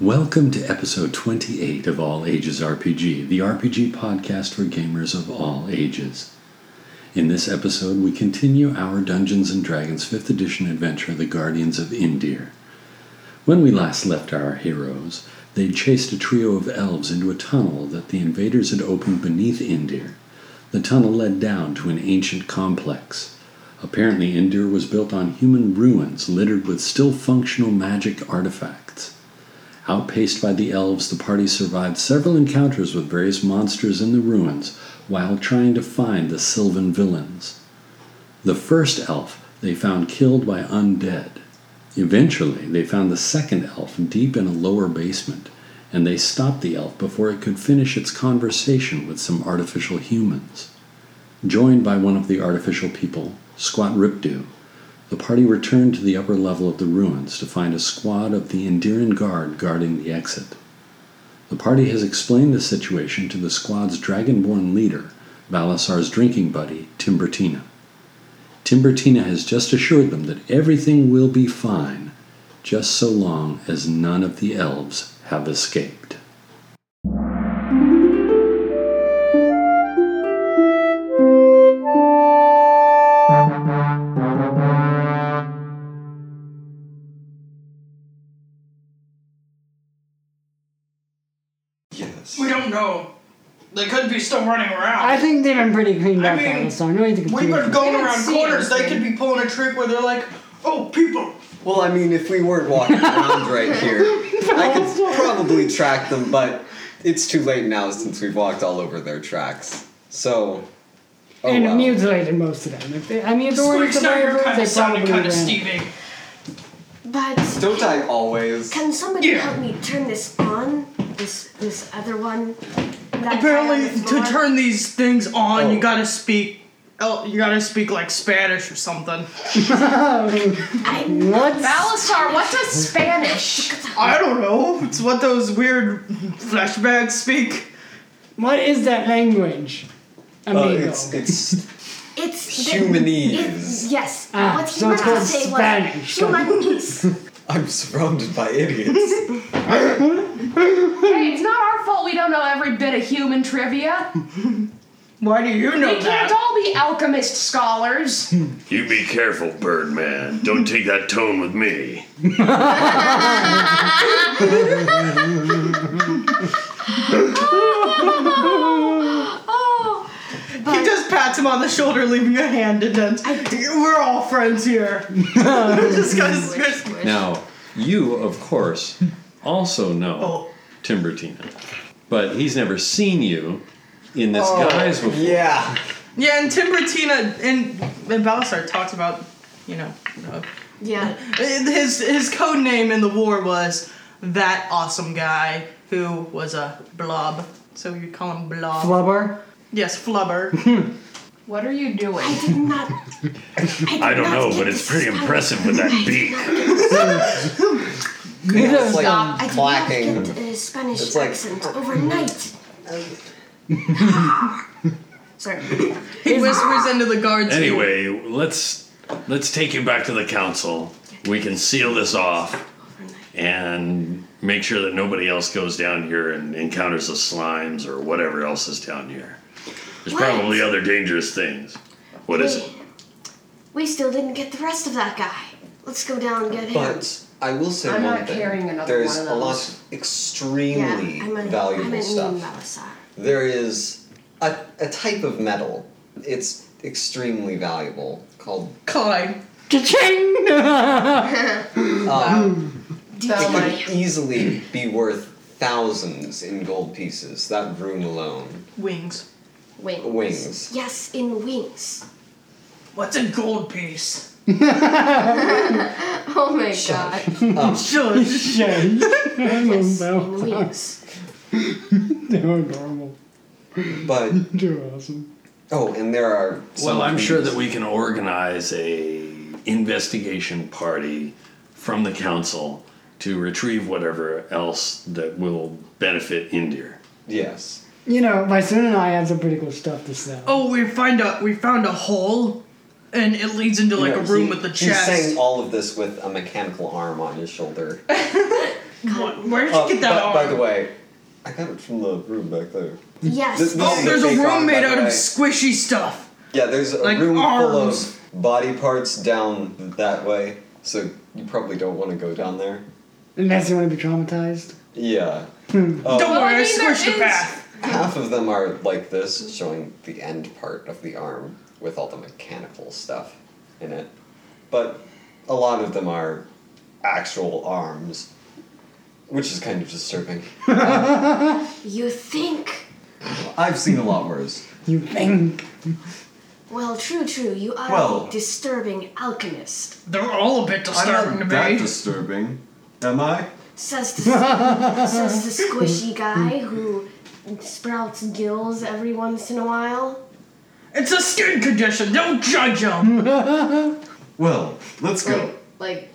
Welcome to episode 28 of All Ages RPG, the RPG podcast for gamers of all ages. In this episode, we continue our Dungeons and Dragons 5th edition adventure, The Guardians of Indir. When we last left our heroes, they'd chased a trio of elves into a tunnel that the invaders had opened beneath Indir. The tunnel led down to an ancient complex. Apparently, Indir was built on human ruins littered with still functional magic artifacts. Outpaced by the elves, the party survived several encounters with various monsters in the ruins while trying to find the Sylvan villains. The first elf they found killed by undead. Eventually, they found the second elf deep in a lower basement, and they stopped the elf before it could finish its conversation with some artificial humans. Joined by one of the artificial people, Squat Ripdu, the party returned to the upper level of the ruins to find a squad of the Endearin Guard guarding the exit. The party has explained the situation to the squad's dragonborn leader, Balasar's drinking buddy, Timbertina. Timbertina has just assured them that everything will be fine, just so long as none of the elves have escaped. Yes. We don't know. They could be still running around. I think they've been pretty cleaned I up mean, by this time. No need to We've continue. been going They don't around see corners. They anything. could be pulling a trick where they're like, "Oh, people." Well, I mean, if we weren't walking around right here, I could probably track them, but it's too late now since we've walked all over their tracks. So. Oh, and well. mutilated most of them. If they, I mean, if they weren't Squeaks now you're survivors, kind they of sounding probably kind ran. of Stevie. But Don't I always? can somebody Yeah. help me turn this on? This this other one. That Apparently, guy on the to floor? turn these things on, Oh. you gotta speak. Oh, you gotta speak like Spanish or something. I, What? Balastar, what does Spanish? I don't know. It's what those weird flashbacks speak. What is that language? Oh, Uh, Amigo. it's it's it's the- humanese. It's, yes. Uh, Ah, what he so it's meant to called say Spanish. was humanese. I'm surrounded by idiots. hey, it's not our fault we don't know every bit of human trivia. Why do you know We can't that? all be alchemist scholars. You be careful, Birdman. Don't take that tone with me. oh, He just pats him on the shoulder, leaving a hand indent. We're all friends here. just guys, Now, you, of course, also know Oh. Timbertina, but he's never seen you in this guise before. yeah. Yeah, and Timbertina and and Balasar talks about, you know, uh, yeah. his his code name in the war was that awesome guy who was a blob. So you call him blob. Flubber? yes, flubber. What are you doing? I did not. I don't Not know, yet. but it's pretty impressive with that beak. It's like Stop. I did clacking. not get a Spanish It's like- accent overnight. Sorry. he whispers into the guards. ear. Anyway, let's let's take you back to the council. We can seal this off and make sure that nobody else goes down here and encounters the slimes or whatever else is down here. There's What? probably other dangerous things. What is it? Hey, We still didn't get the rest of that guy. Let's go down and get him. But I will say I'm one not thing. carrying another There's one of a lot those. of extremely yeah, I'm a, valuable I'm a stuff. Malasar. There is a, a type of metal. It's extremely valuable called Clyde. Cha-ching! Oh, So, It like, could easily be worth thousands in gold pieces, that room alone. Wings. Wings. Wings. Yes, in wings. What's a gold piece? Oh my god. Sure. Shame. Yes, Well, in wings. They're adorable. But, They're awesome. oh, and there are. some Well, I'm sure things- that we can organize a investigation party from the council to retrieve whatever else that will benefit Indir. Yes. You know, my son and I have some pretty cool stuff to sell. oh, we find a we found a hole, and it leads into like You know, a room he- with a He's chest. saying all of this with a mechanical arm on his shoulder. God. Where did you Uh, get that by, by arm? the way, I got it from the room back there. Yes. This- this oh, is there's a fake room arm, made by the out of way. squishy stuff. Yeah, there's a Like room arms. full of body parts down that way, so you probably don't want to go down there. Unless you want to be traumatized. Yeah. Oh. Don't Well, I worry, I, mean, there squished the is- path. Half of them are like this, showing the end part of the arm with all the mechanical stuff in it. But a lot of them are actual arms, which is kind of disturbing. Oh, You think? I've seen a lot worse. You think. Well, true, true. You are Well- a disturbing alchemist. They're all a bit disturbing to me. disturbing. Am I? Says the, says the squishy guy who sprouts gills every once in a while. it's a skin condition. Don't judge them. Well, let's Like, like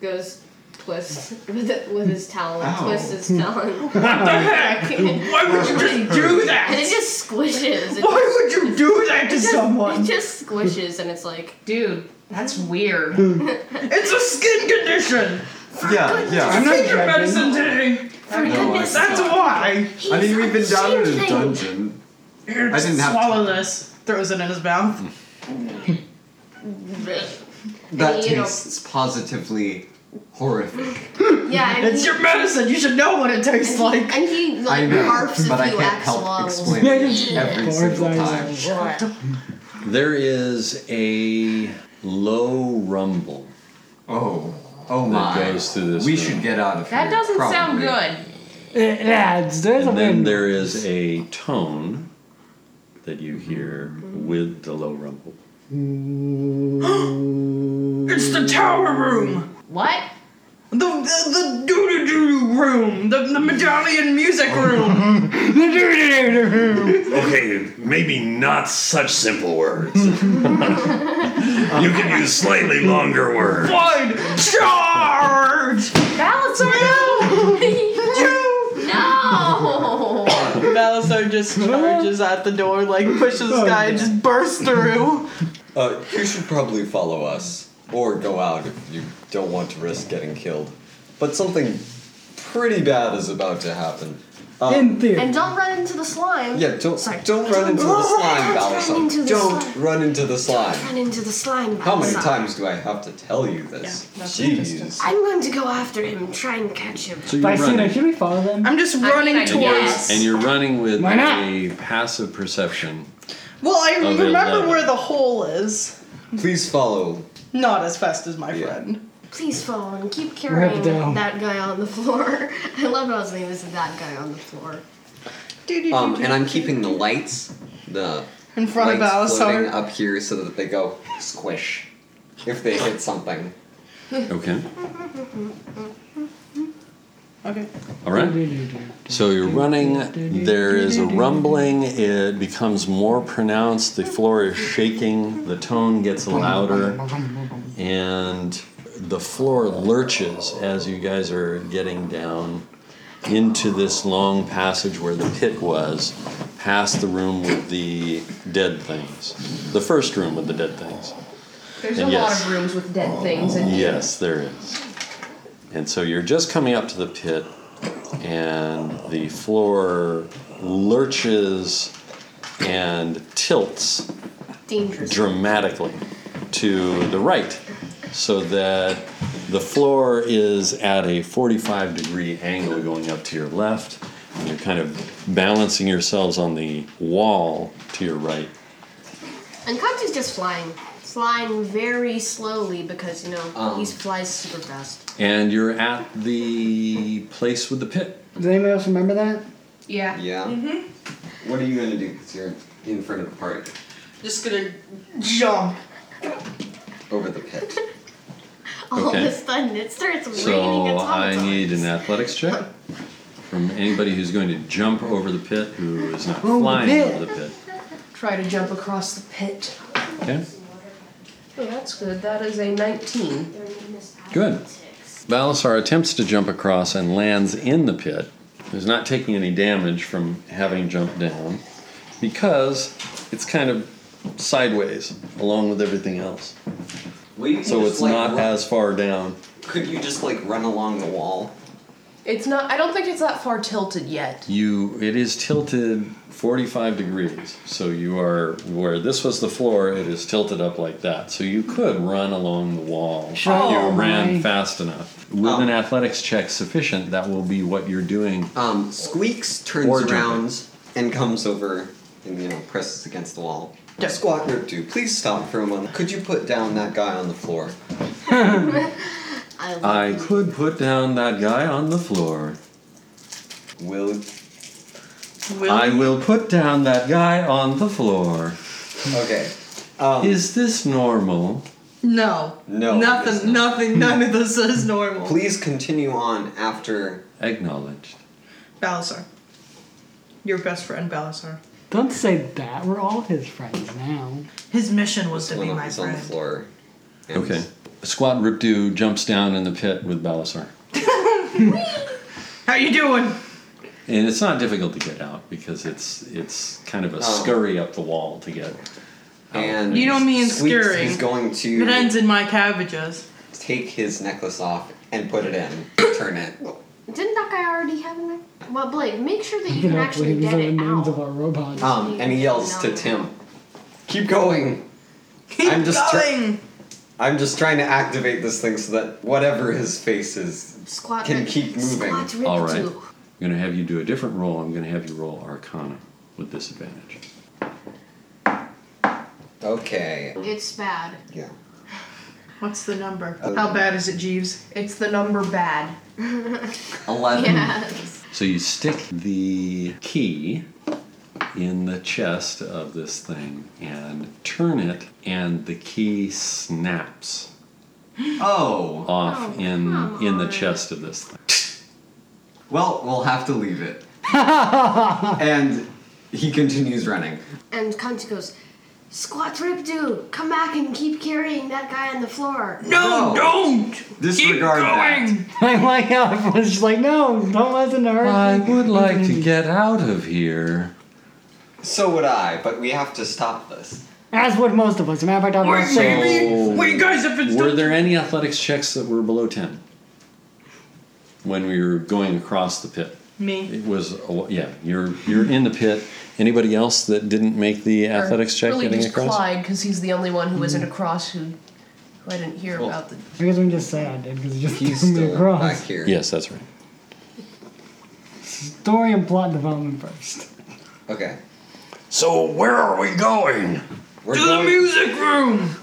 goes twist with it, with his talon, Ow. twists his talon, what the heck? and Why would you just do it that? just squishes. It Why would you do that to just, It someone? just squishes, and it's like Dude, that's Hmm. weird. It's a skin condition. Yeah, I'm yeah. not Take your judging. medicine today. For goodness That's sake. why. I mean, we've been down in a dungeon. Here, I didn't have swallow this. Throws it in his mouth. That You know- tastes positively horrific. yeah, and It's he, your medicine. You should know what it tastes like. and he like I know, barfs but a I few can't help axolotls. explaining it every Barb's single eyes time. out. There is a low rumble. Oh, oh That my! goes through this we room. should get out of here. That doesn't sound probably. good. It adds. Uh, There's And a then wind. there is a tone that you hear Mm-hmm. with the low rumble. It's the tower room. What? The the, the doo doo doo room. The the medallion music room. Okay, maybe not such simple words. you can use slightly longer words. One charge. Balancer, no, no. Malasar just charges at the door, like pushes this guy and just bursts through. Uh, you should probably follow us or go out if you don't want to risk getting killed. But something pretty bad is about to happen. Uh, In theory. And don't run into the slime. Yeah, don't Sorry. don't run into the Don't slime, run into Balasar. the Don't slime. run into the slime. Run into the slime. How many outside. times do I have to tell you this? Jeez. I'm going to go after him, try and catch him. So you're By Cena, running, should we follow them? I'm just running I towards. guess. and you're running with Why not? a passive perception. Well, Oh, I Of remember 11. where the hole is. Please follow. Not as fast as my Yeah. friend. Please follow and keep Rub carrying down. that guy on the floor. I love how his name is that guy on the floor. Um, and I'm keeping the lights, the In front of lights floating Balasar. up here so that they go squish if they hit something. Okay. Okay. All right. So you're running. There is a rumbling. It becomes more pronounced. The floor is shaking. The tone gets louder, and the floor lurches as you guys are getting down into this long passage where the pit was, past the room with the dead things. The first room with the dead things. There's And a yes. Oh, lot of rooms with dead things in here. Yes, there is. And so you're just coming up to the pit, and the floor lurches and tilts Dangerous. dramatically to the right so that the floor is at a 45 degree angle going up to your left. And you're kind of balancing yourselves on the wall to your right. And Katsu's just flying. Flying very slowly because, you know, Um. he flies super fast. And you're at the place with the pit. Does anybody else remember that? Yeah. Yeah. What are you gonna do? Cause you're in front of the park Just gonna jump. over the pit. All of Okay. a sudden, Oh, it starts raining So I automatons. need an athletics check from anybody who's going to jump over the pit who is not flying pit. over the pit. Try to jump across the pit. Okay, Oh, that's good. That is a 19. good. Balasar attempts to jump across and lands in the pit. Is not taking any damage from having jumped down because it's kind of sideways along with everything else. Well, you can So just, it's like, not run- as far down. Could you just like run along the wall? It's not. I don't think it's that far tilted yet. You it is tilted 45 degrees. So you are where this was the floor, it is tilted up like that. So you could run along the wall if Oh, you ran my. fast enough. With Um, an athletics check sufficient, that will be what you're doing. Um, Squeaks turns Or jump around and comes over and you know presses against the wall. Yeah. Squat Rip Two, please stop for a moment. Could you put down that guy on the floor? I love I you. could put down that guy on the floor. Will Will I will put down that guy on the floor. okay. Um, Is this normal? No. No, it's Nothing. not. Nothing. None of this is normal. please continue on after. Acknowledged. Balasar. Your best friend, Balasar. Don't say that. We're all his friends now. His mission was to This be one my is on the friend. floor. And Okay. Squat Ripdu jumps down in the pit with Balasar. How you doing? And it's not difficult to get out because it's it's kind of a scurry up the wall to get. And You don't mean Squeaks scary. is going It to ends in my cabbages. take his necklace off and put it in, turn it. Didn't that guy already have a neck? Well, Blake, make sure that you can know, actually these get are the it names of out. our robots. Um, and he yells to Tim, "Keep going." Keep I'm just tr- going. I'm just trying to activate this thing so that whatever his face is Squat can rip- keep moving. Squat rip All right. two. I'm going to have you do a different roll. I'm going to have you roll Arcana with disadvantage. Okay. It's bad. Yeah. What's the number? Uh, How bad is it, Jeeves? It's the number bad. Eleven. Yes. So you stick the key in the chest of this thing and turn it, and the key snaps Oh. off Oh, in come in the on. chest of this thing. Well, we'll have to leave it. and he continues running. And Conti goes, Squat rip do. Come back and keep carrying that guy on the floor. No, don't. Disregard that. I like how everyone's just like, no, don't listen to her. I would like to get out of here. So would I, but we have to stop this. As would most of us. As a matter of fact, I'm not saying. So- Wait, guys, if it's Were there any athletics checks that were below 10 when we were going across the pit? me, It was a- yeah. You're you're in the pit. Anybody else that didn't make the athletics check really getting just across? Mm-hmm. Clyde, because he's the only one who isn't across who, who I didn't hear Well, about the. I guess we can just say I did because it just He's threw me still back across. here. Yes, that's right. Story and plot development first. Okay. So where are we going? We're to the going, music room.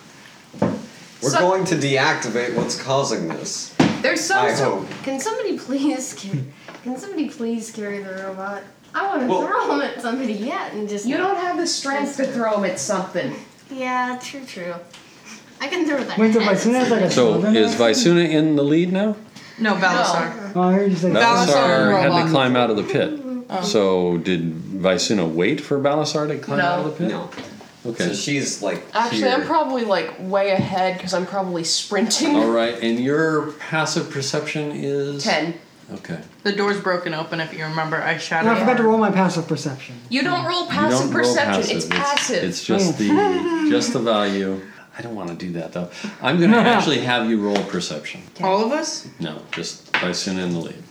We're So- going to deactivate what's causing this. There's some. I hope. Can somebody please carry, can somebody please carry the robot? I want to Well- throw him at somebody yet and just You don't have the strength to throw him at something. Yeah, true, true. I can throw that. Wait, so as soon as like a So children is act? Visuna in the lead now? No, Balasar. Oh, I heard you say Balasar Balasar had Roland. to climb out of the pit. So did Visuna wait for Balasar to climb No. out of the pit? No. So Okay. she's like Actually, here. I'm probably like way ahead because I'm probably sprinting. All right. And your passive perception is Ten. Okay. The door's broken open. If you remember, I And I shouted. forgot to roll my passive perception. You don't roll You passive don't roll perception. It's, passive. It's just the just the value. I don't want to do that though. I'm going to actually have you roll perception. All of us. No, just Bison in the lead.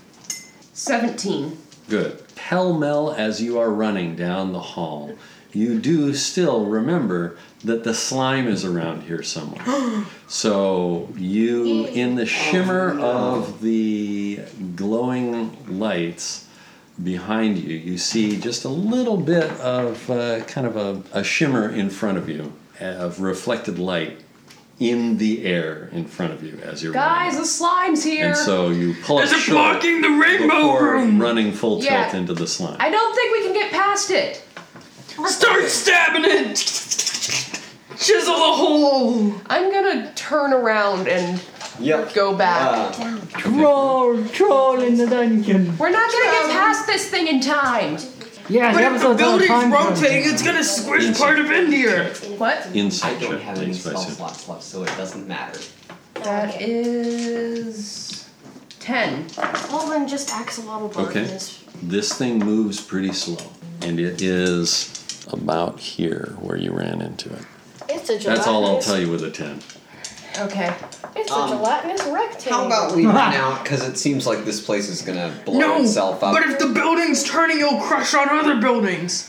Seventeen. Good. Pell mell as you are running down the hall, you do still remember that the slime is around here somewhere. so you, in the Oh, shimmer of the glowing lights behind you, you see just a little bit of uh, kind of a, a shimmer in front of you uh, of reflected light in the air in front of you as you're Guys, running. the slime's here. And so you pull up Is it short blocking the rainbow before room? running full tilt Yeah. into the slime. I don't think we can get past it. Start stabbing it. Chisel a hole. I'm gonna turn around and Yep. go back. Uh, Troll, troll in the dungeon. We're not gonna get past this thing in time. Yeah, But if the the episode's on building's time crunch. rotating, it's gonna squish part of in here. What? I Insight don't check, have any please, spell Bison. slots left, so it doesn't matter. That is ten. Well, then just axolotl bug Okay. is- This thing moves pretty slow, and it is about here where you ran into it. It's a That's all I'll tell you with a 10. Okay. It's Um, a gelatinous rectangle. How about we run out? Because it seems like this place is gonna blow No, itself up. but if the building's turning, it'll crush on other buildings.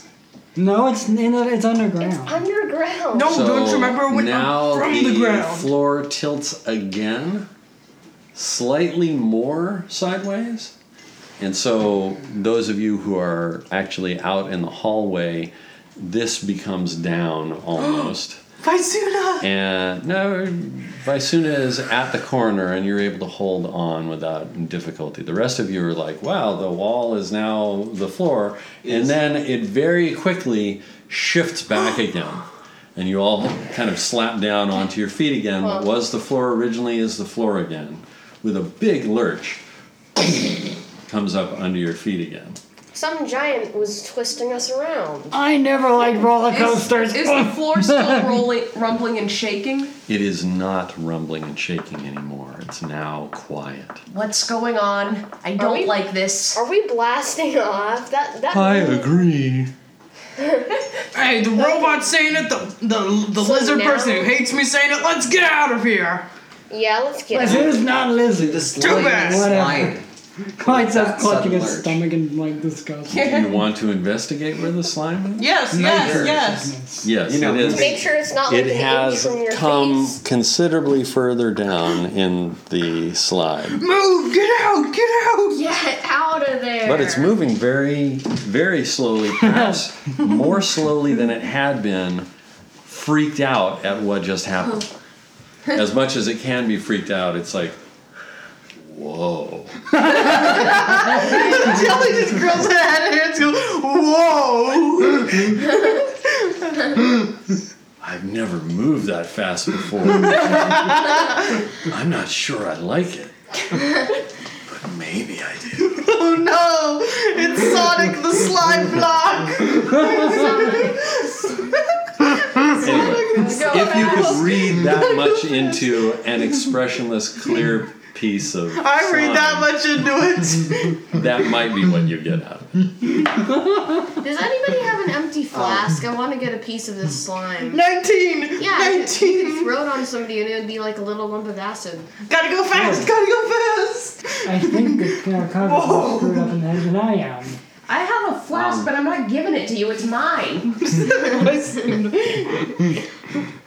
No, it's in a, it's It's underground. underground. No, Oh, don't you remember when now from the, ground? floor tilts again, slightly more sideways, and so those of you who are actually out in the hallway, this becomes down almost. Faizuna! And no, Visuna is at the corner, and you're able to hold on without difficulty. The rest of you are like, wow, the wall is now the floor. And then it very quickly shifts back again. And you all kind of slap down onto your feet again. What was the floor originally is the floor again. With a big lurch, comes up under your feet again. Some giant was twisting us around. I never liked roller Is, coasters. is the floor still rolling, rumbling and shaking? It is not rumbling and shaking anymore, it's now quiet. What's going on? I Are we- don't like this. Are we blasting off? That that. really- agree. Hey, the robot's saying it, the the, the So lizard now- person who hates me saying it, let's get out of here! Yeah, let's get This it. is not lizard. the This slide, bad. slide. Clyde says That clutching sudden his lurch. stomach and like disgust. Do you want to investigate where the slime is? Yes, yes, you're- yes. Yes, You know, it is. Make sure it's not like It an has inch from your come face. considerably further down in the slide, Move, get out, get out! Get out of there. but it's moving very, very slowly, perhaps more slowly than it had been, freaked out at what just happened. As much as it can be freaked out, it's like, whoa. Jelly just grabs her head and it's go, whoa! I've never moved that fast before. I'm not sure I like it. But maybe I do. Oh no! It's Sonic the Slime Block! Anyway, Go if you back. could read that much into an expressionless, clear piece of. I read that slime, much into it. That might be what you get out of it. Does anybody have an Um, empty flask? I want to get a piece of this slime. 19! Yeah, I could- you could 19! throw it on somebody and it would be like a little lump of acid. Gotta go fast, gotta go fast! I think that, you know, Clyde is more screwed up in the head than I am. I have a flask, but I'm not giving it to you. It's mine.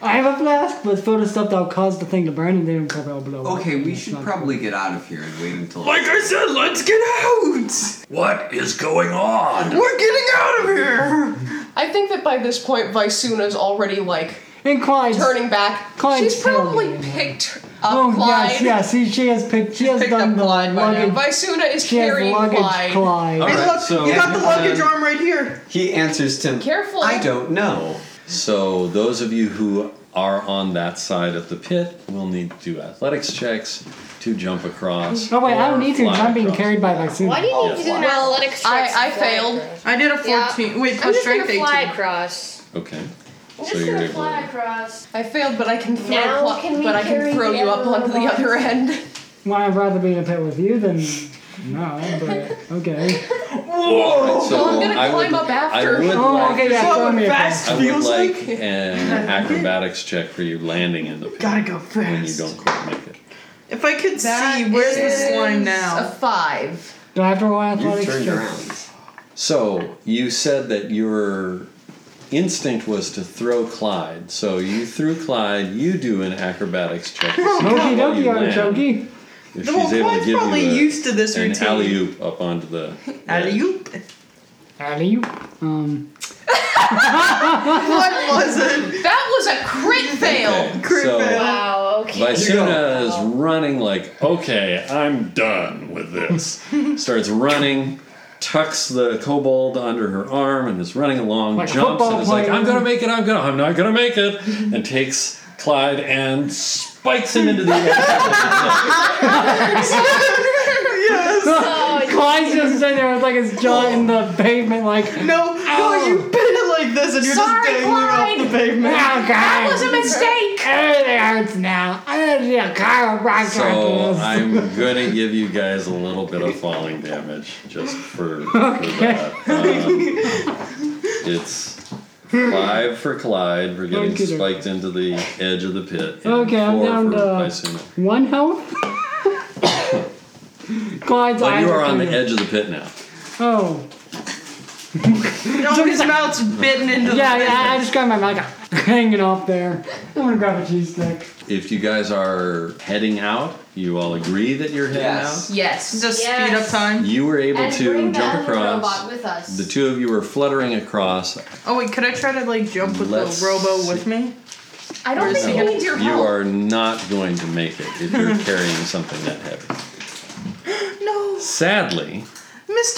I have a flask, but it's filled with stuff that'll cause the thing to burn and then it'll probably blow up. Okay, we It's should not probably get out of here and wait until. Like I said, let's get out! What is going on? We're getting out of here! I think that by this point, Visuna's already like good. And Clyde. turning back. Clyde's She's probably telling you. picked up Oh Clyde. yes, yes. He, she has picked. She has Picked done up the Clyde by now. luggage. Visuna is She has carrying luggage. Clyde. Clyde. All Hey, right, look, so you got the luggage arm right here. He answers Tim. Careful. I don't know. So, those of you who are on that side of the pit will need to do athletics checks to jump across. Oh wait, I don't or need to. 'cause fly I'm being across. carried by Vaxuna. Why do you need to do an Well, athletic I- strength? I failed. I did a 14. Yeah. Wait, I'm plus just gonna strength 18. fly across. Okay. I'm So just you're gonna able fly to. across. I failed, but I can throw. Now Cly- can we but I can carry throw the you up other onto the robot? other end. Why I'd rather be in a pit with you than no, but okay. So Well, I'm gonna I climb would- up after. I would Oh, like okay, yeah. So Throw me a fast I would feels like like. an acrobatics check for you landing in the pit Gotta go when you fast. don't quite make it. If I could That see, where's the is slime A now? five. Do I have to roll You athletics? turned check? around. So you said that your instinct was to throw Clyde. So you threw Clyde. You do an acrobatics check. to see Okie how you dokie, land, artichoke. If The well, she's able to Clyde's give probably you a, used to this an routine. alley oop up onto the Alley oop. Alley you. Um, What was it? That was a crit fail. Okay, Crit fail. So Wow. Okay. Vicuna is running like, okay, I'm done with this. Starts running, tucks the kobold under her arm and is running along, Like a jumps and football is like, player. I'm gonna make it, I'm gonna, I'm not gonna make it, and takes Clyde and spikes him into the air. yes. Clyde's just sitting there with like his jaw in the pavement, like, oh No, no, you bit it like this and you're Sorry, just dangling off the Clyde. pavement. Oh, god, That was a mistake. everything hurts now. I need a chiropractor. so after I'm gonna give you guys a little bit of falling damage just for, for that. Um, it's Five for Clyde for getting Don't kid her. spiked into the edge of the pit. and Okay, I'm four down for to Paisuma. one health. Clyde's But eyes you are on the kinda- edge of the pit now. Oh, No, his mouth's bitten into yeah, the yeah. I just grabbed my mic, hanging off there. I'm gonna grab a cheese stick. If you guys are heading out, you all agree that you're heading Yes. Yes. Just Yes. speed up out. time. You were able And to bring the jump other across. robot with us. The two of you were fluttering across. Oh wait, could I try to like jump with Let's the robo see. with me? I don't Where's think he he needs your You help. are not going to make it if you're carrying something that heavy. No, Sadly, Mr.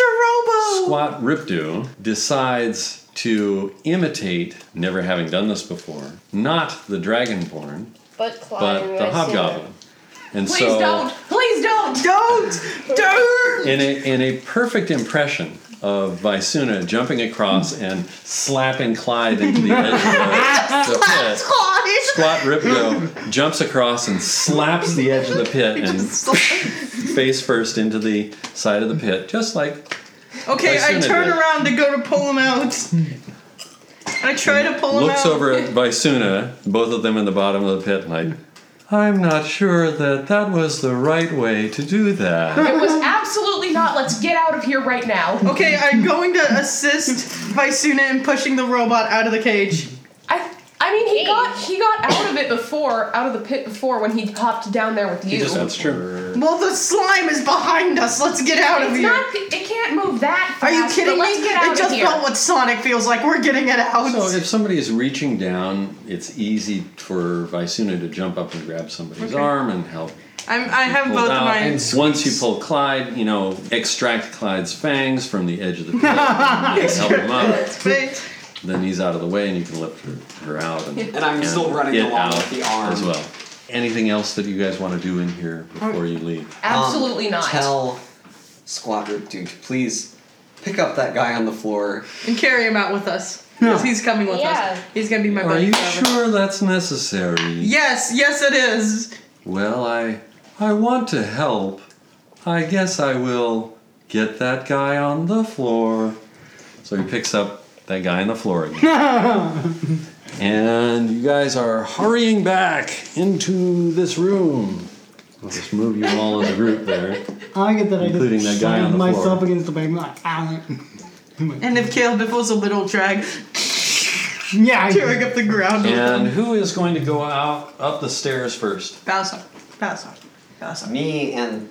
Robo. Oh. Squat Ripto decides to imitate, never having done this before, not the Dragonborn, But Clyde. Oh, but the Racine. Hobgoblin. And Please so, don't. Please don't. Don't, don't. in a, in a perfect impression of Visuna jumping across Hmm. and slapping Clyde into the edge of the, the pit, Squat Ripto jumps across and slaps the edge of the pit and face first into the side of the pit, just like Okay, I Listen to turn this. around to go to pull him out. I try to pull him out. looks over at Visuna, both of them in the bottom of the pit, like, I'm not sure that that was the right way to do that. It was absolutely not. Let's get out of here right now. Okay, I'm going to assist Visuna in pushing the robot out of the cage. I. I mean, he got he got out of it before, out of the pit before when he hopped down there with you. That's true. Well, the slime is behind us. Let's get out of It's here. not. It can't move that Are fast. you kidding but me? Let's get out I just of here. felt what Sonic feels like. We're getting it out. So if somebody is reaching down, it's easy for Visuna to jump up and grab somebody's arm and help. I'm, I have pull both out. my. And once you pull Clyde, you know, extract Clyde's fangs from the edge of the pit and you can help him up. But Then he's out of the way and you can lift her, her out. And, And I'm still running get along out with the arm. As well. Anything else that you guys want to do in here before you leave? Absolutely Um, not. Tell Squad Group Dude, please pick up that guy on the floor. and carry him out with us. Because he's coming with Yeah. us. He's gonna be my Are buddy you forever. sure that's necessary? Yes, yes, it is. Well, I I want to help. I guess I will get that guy on the floor. So he picks up that guy on the floor again. and you guys are hurrying back into this room. I'll just move you all as a group there. I get that. I Including just that guy on slammed the myself floor. against the pavement. Like, ow. And if Caleb if it was a little drag, yeah. I tearing up the ground. And who is going to go out up the stairs first? Bowser. Bowser. Bowser. Me and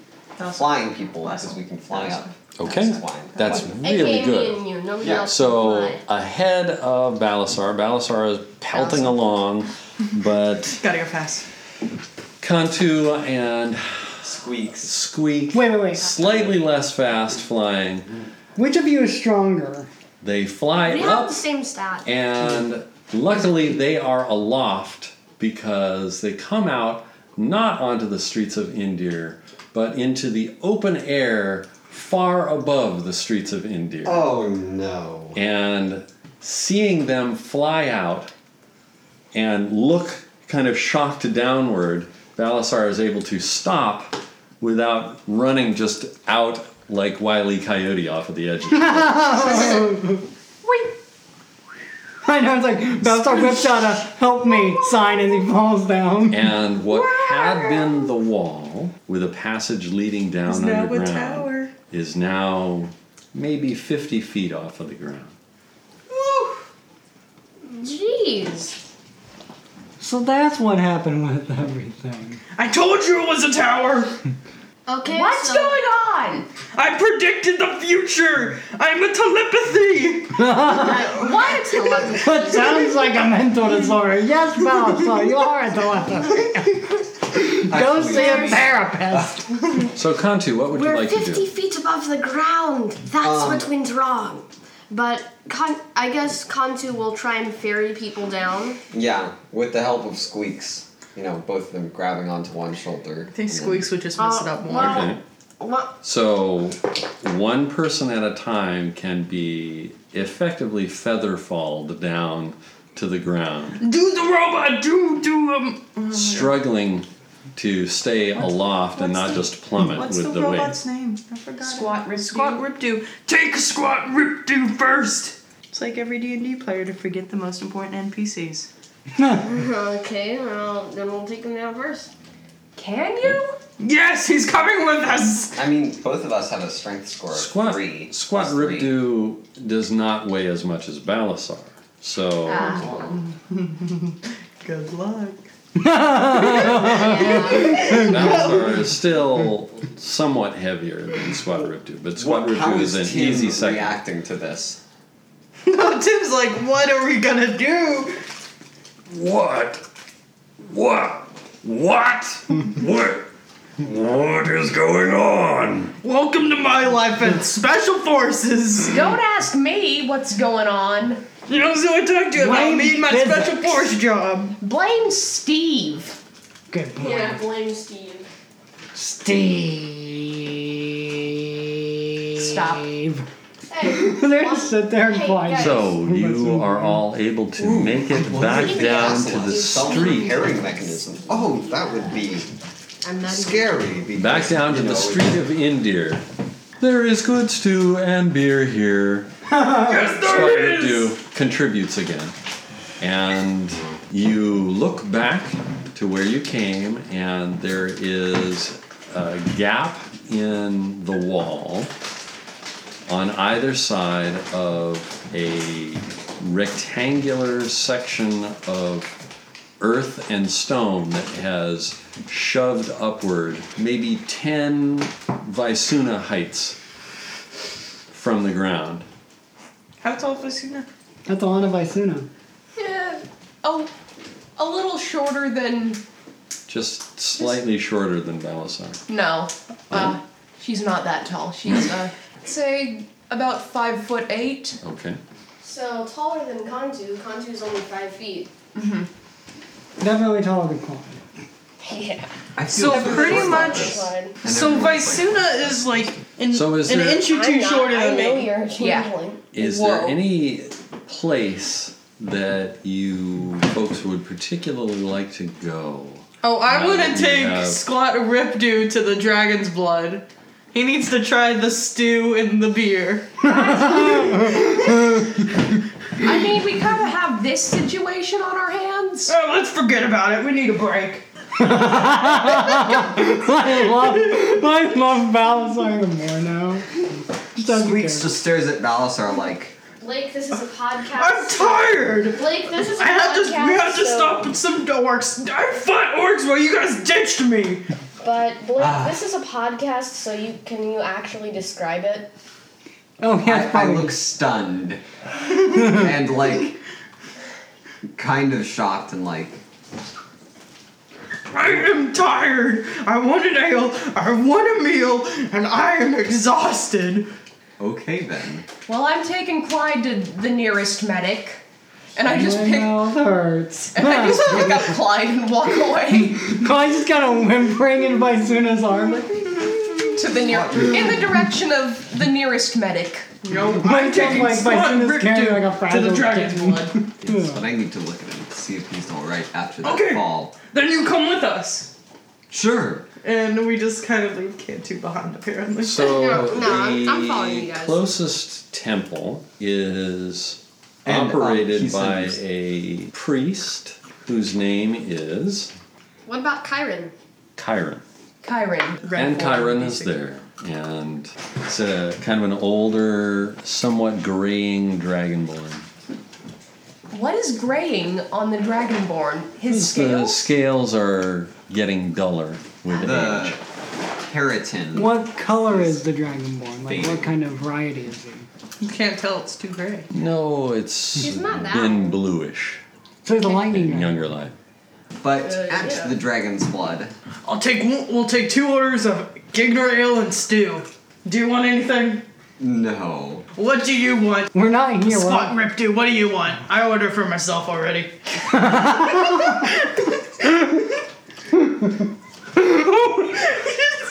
flying people because we can fly up. Okay, That's fine. that's I really came good. in you. Nobody Yeah, else. So can fly. ahead of Balasar, Balasar is pelting along, but Gotta go fast. Kantu and Squeaks. Squeak Wait, wait, wait. slightly less fast flying. Which of you is stronger? They fly We have up, the same stat. and luckily they are aloft because they come out not onto the streets of Indir, but into the open air far above the streets of Indir. Oh no. and seeing them fly out and look kind of shocked downward, Balasar is able to stop without running just out like Wile E. Coyote off of the edge. Of the I know it's like Battlestar whips out a "Help me" sign and he falls down. and what had been the wall with a passage leading down It's now a underground tower. is now maybe 50 feet off of the ground. Jeez. So that's what happened with everything. I told you it was a tower! Okay. What's so going on? I predicted the future! I'm a telepathy! What? That sounds like a mental disorder. Yes, Battlestar, you are a dilemma. Go see a therapist. So, Kantu, what would We're you like to 50 do? Um, feet above the ground. That's what went wrong. But Con- I guess Kantu will try and ferry people down. Yeah, with the help of Squeaks. You know, both of them grabbing onto one shoulder. I think Squeaks would just mess it up more. Okay. So, one person at a time can be effectively featherfalled down to the ground, Do the robot! Do, do um, him! struggling to stay aloft and not just plummet What's with the, the, weight. robot's name? I forgot. Squat, rip, Squat Ripdo. Take a squat Ripdo first! It's like every D and D player to forget the most important NPCs. Okay, well, then we'll take them down first. Can you? Yes, he's coming with us. I mean, both of us have a strength score of Squat three. Squat plus three. Ripdu does not weigh as much as Balasar. So Good luck. Balasar is still somewhat heavier than Squat Ripdu, but Squat What, how Ripdu is is an Tim easy second. reacting to this? No, Tim's like, what are we gonna do? What? What? What? what? What is going on? Welcome to my life at Special Forces. Don't ask me what's going on. You know, so I talked to you about Blame me and my physics. Special Force job. Blame Steve. Good boy. Yeah, blame Steve. Steve. Stop. Hey, They just sit there and Hey, quiet. guys. So you are all able to make it back wonder if down to Axolot the is some street. repairing mechanism. Oh, that would be I'm not scary. Because, Back down to you the know, street of Indir. There is good stew and beer here. Yes, Squat there is! Ripdu contributes again. And you look back to where you came, and there is a gap in the wall on either side of a rectangular section of earth and stone that has shoved upward maybe 10 Visuna heights from the ground. How tall is Fasina? That's Alana Vicuna. Yeah. Oh, a little shorter than Just slightly shorter than Balasar. no. Uh, she's not that tall. She's uh, say about five foot eight. Okay. so taller than Kantu. Kantu's only five feet. Definitely taller than Quan. I feel So for pretty sure about much- this. Fine. And So everyone's like, Visuna is like in, So is an there- inch or two I'm not- shorter I than know me. you're a Yeah. changeling. Is Whoa. there any place that you folks would particularly like to go? Oh, I Now wouldn't that we take have- Squat Ripdu to the Dragon's Blood. He needs to try the stew and the beer. I mean, we kind of have this situation on our hands. Oh, let's forget about it. We need a break. I love, I love Balasar more now. She doesn't Squeaks care. just stares at Balasar like, Blake, this is a I'm podcast. tired. Blake, this is a I have to. podcast. We have to so- stop with some orcs. I fought orcs while you guys ditched me. But Blake, Ah. this is a podcast, so you can you actually describe it? Oh, yeah, I, it's I probably. look stunned and like kind of shocked and like I am tired. I want an ale. I want a meal, and I am exhausted. okay then. Well, I'm taking Clyde to the nearest medic, and I just My pick. mouth hurts. And I just pick up Clyde and walk away Kai's just kind of whimpering in Vicuna's arm. Like, to the near in the direction of the nearest medic. No, Mine I'm sounds taking like Squat Vicuna's carrying like a Ripdu to fragile the Dragon's kitten. Blood. But I need to look at him to see if he's alright after that Okay. fall. Then you come with us. Sure. And we just kind of leave Cantu behind, apparently. So no, I'm- the I'm following you guys. closest temple is And, uh, operated he's by in- a priest whose name is What about Kyron? Chiron. Kyron. and Chiron is there. And it's a kind of an older, somewhat graying dragonborn. What is graying on the Dragonborn? His The scales? scales are getting duller with The age. keratin. What color is the dragonborn? Like, Fading. what kind of variety is he? You can't tell it's too gray. No, it's He's not that been old. bluish So he's a lightning in dragon. younger life. But Uh, at the dragon's blood. I'll take one, we'll take two orders of Gignor ale and stew. Do you want anything? No. What do you want? We're not here. We're Squat not, rip do. What do you want? I order for myself already.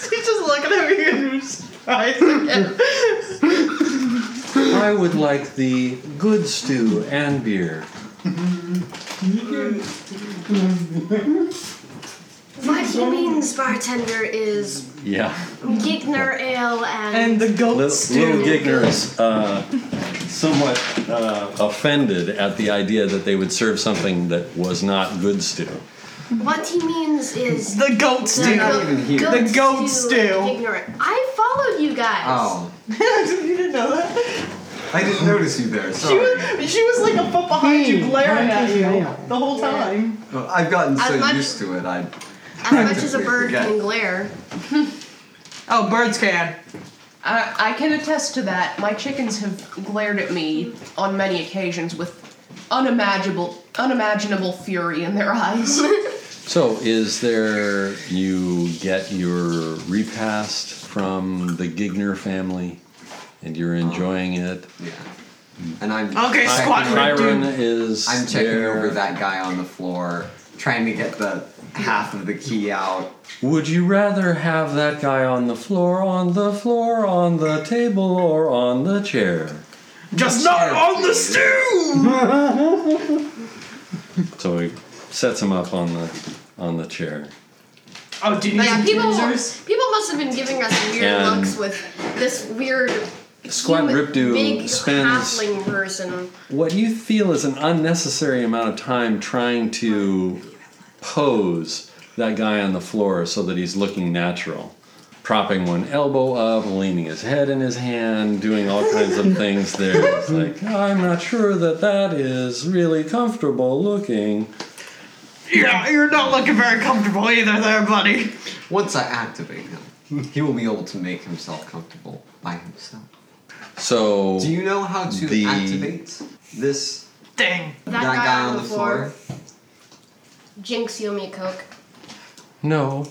He's just looking at me and he's again. I would like the good stew and beer. What he means, bartender, is Yeah. Gigner ale and, And the goat Little, stew. little Gigner is uh, somewhat uh, offended at the idea that they would serve something that was not good stew. What he means is The goat the stew. goat- even here. The goat stew. Ignorant. I followed you guys. Oh, you didn't know that? I didn't notice you there. She Sorry. was, she was like a foot behind you, glaring at you the whole time. Well, I've gotten As so much- used to it. I As much as a bird Yeah. can glare. Oh, birds can. Uh, I, I can attest to that. My chickens have glared at me on many occasions with unimaginable, unimaginable fury in their eyes. So, is there you get your repast from the Gigner family, and you're enjoying it? yeah. And I'm Okay, checking squat over- right. Byron is. I'm checking there. over that guy on the floor, trying to get the half of the key out. Would you rather have that guy on the floor, on the floor, on the table, or on the chair? Just not on the stew! So he sets him up on the on the chair. Oh, do you need Yeah, some people tweezers? people must have been giving us weird And- looks with this weird Squat human- Ripdu big spends halfling person. what you feel is an unnecessary amount of time trying to pose that guy on the floor so that he's looking natural. Propping one elbow up, leaning his head in his hand, doing all kinds of things there. It's like, I'm not sure that that is really comfortable looking. Yeah, you're not looking very comfortable either, there, buddy. Once I activate him, he will be able to make himself comfortable by himself. So, Do you know how to The- activate this Dang. That, that guy on the floor? Jinx Yumi Coke. no,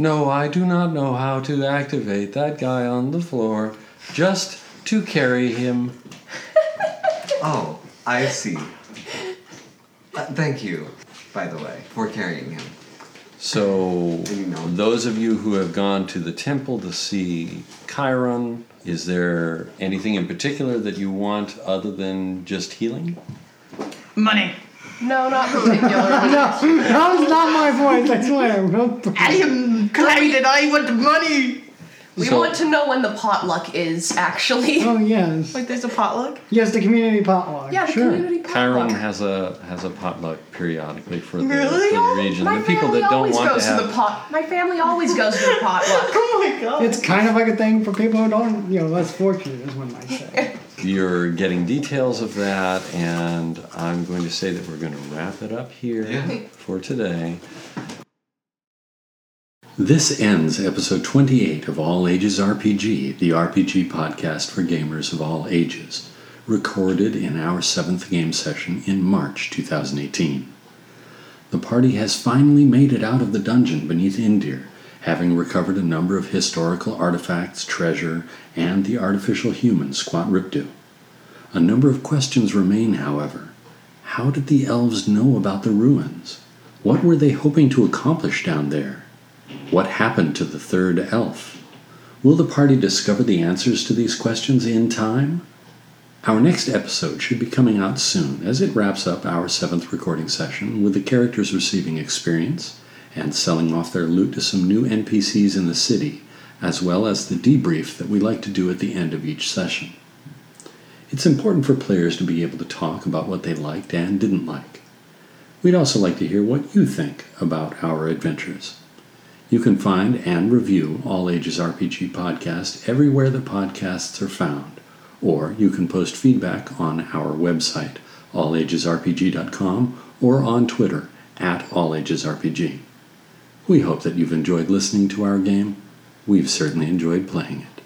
no, I do not know how to activate that guy on the floor just to carry him. Oh, I see. Uh, thank you, by the way, for carrying him. So, You know. those of you who have gone to the temple to see Chiron, is there anything in particular that you want other than just healing? Money. no, not particularly. That was not my voice, I swear. I am glad that I want money. We So- want to know when the potluck is, actually. Oh, yes. Wait, there's a potluck? Yes, the community potluck. Yeah, the community Chiron potluck. has a has a potluck periodically for the, Really? for Oh, the region. My the people family that don't always want goes to have the pot. My family always goes to the potluck. Oh my god. It's kind of like a thing for people who don't, you know, less fortunate, is one might say. You're getting details of that, and I'm going to say that we're going to wrap it up here Yeah. for today. This ends episode 28 of All Ages RPG, the RPG podcast for gamers of all ages, recorded in our seventh game session in March 2018. The party has finally made it out of the dungeon beneath Indir, having recovered a number of historical artifacts, treasure, and the artificial human Squat Riptu. A number of questions remain, however. How did the elves know about the ruins? What were they hoping to accomplish down there? What happened to the third elf? Will the party discover the answers to these questions in time? Our next episode should be coming out soon as it wraps up our seventh recording session with the characters receiving experience and selling off their loot to some new NPCs in the city, as well as the debrief that we like to do at the end of each session. It's important for players to be able to talk about what they liked and didn't like. We'd also like to hear what you think about our adventures. You can find and review All Ages RPG Podcast everywhere the podcasts are found, or you can post feedback on our website, allagesrpg.com, or on Twitter, at allagesrpg. We hope that you've enjoyed listening to our game. We've certainly enjoyed playing it.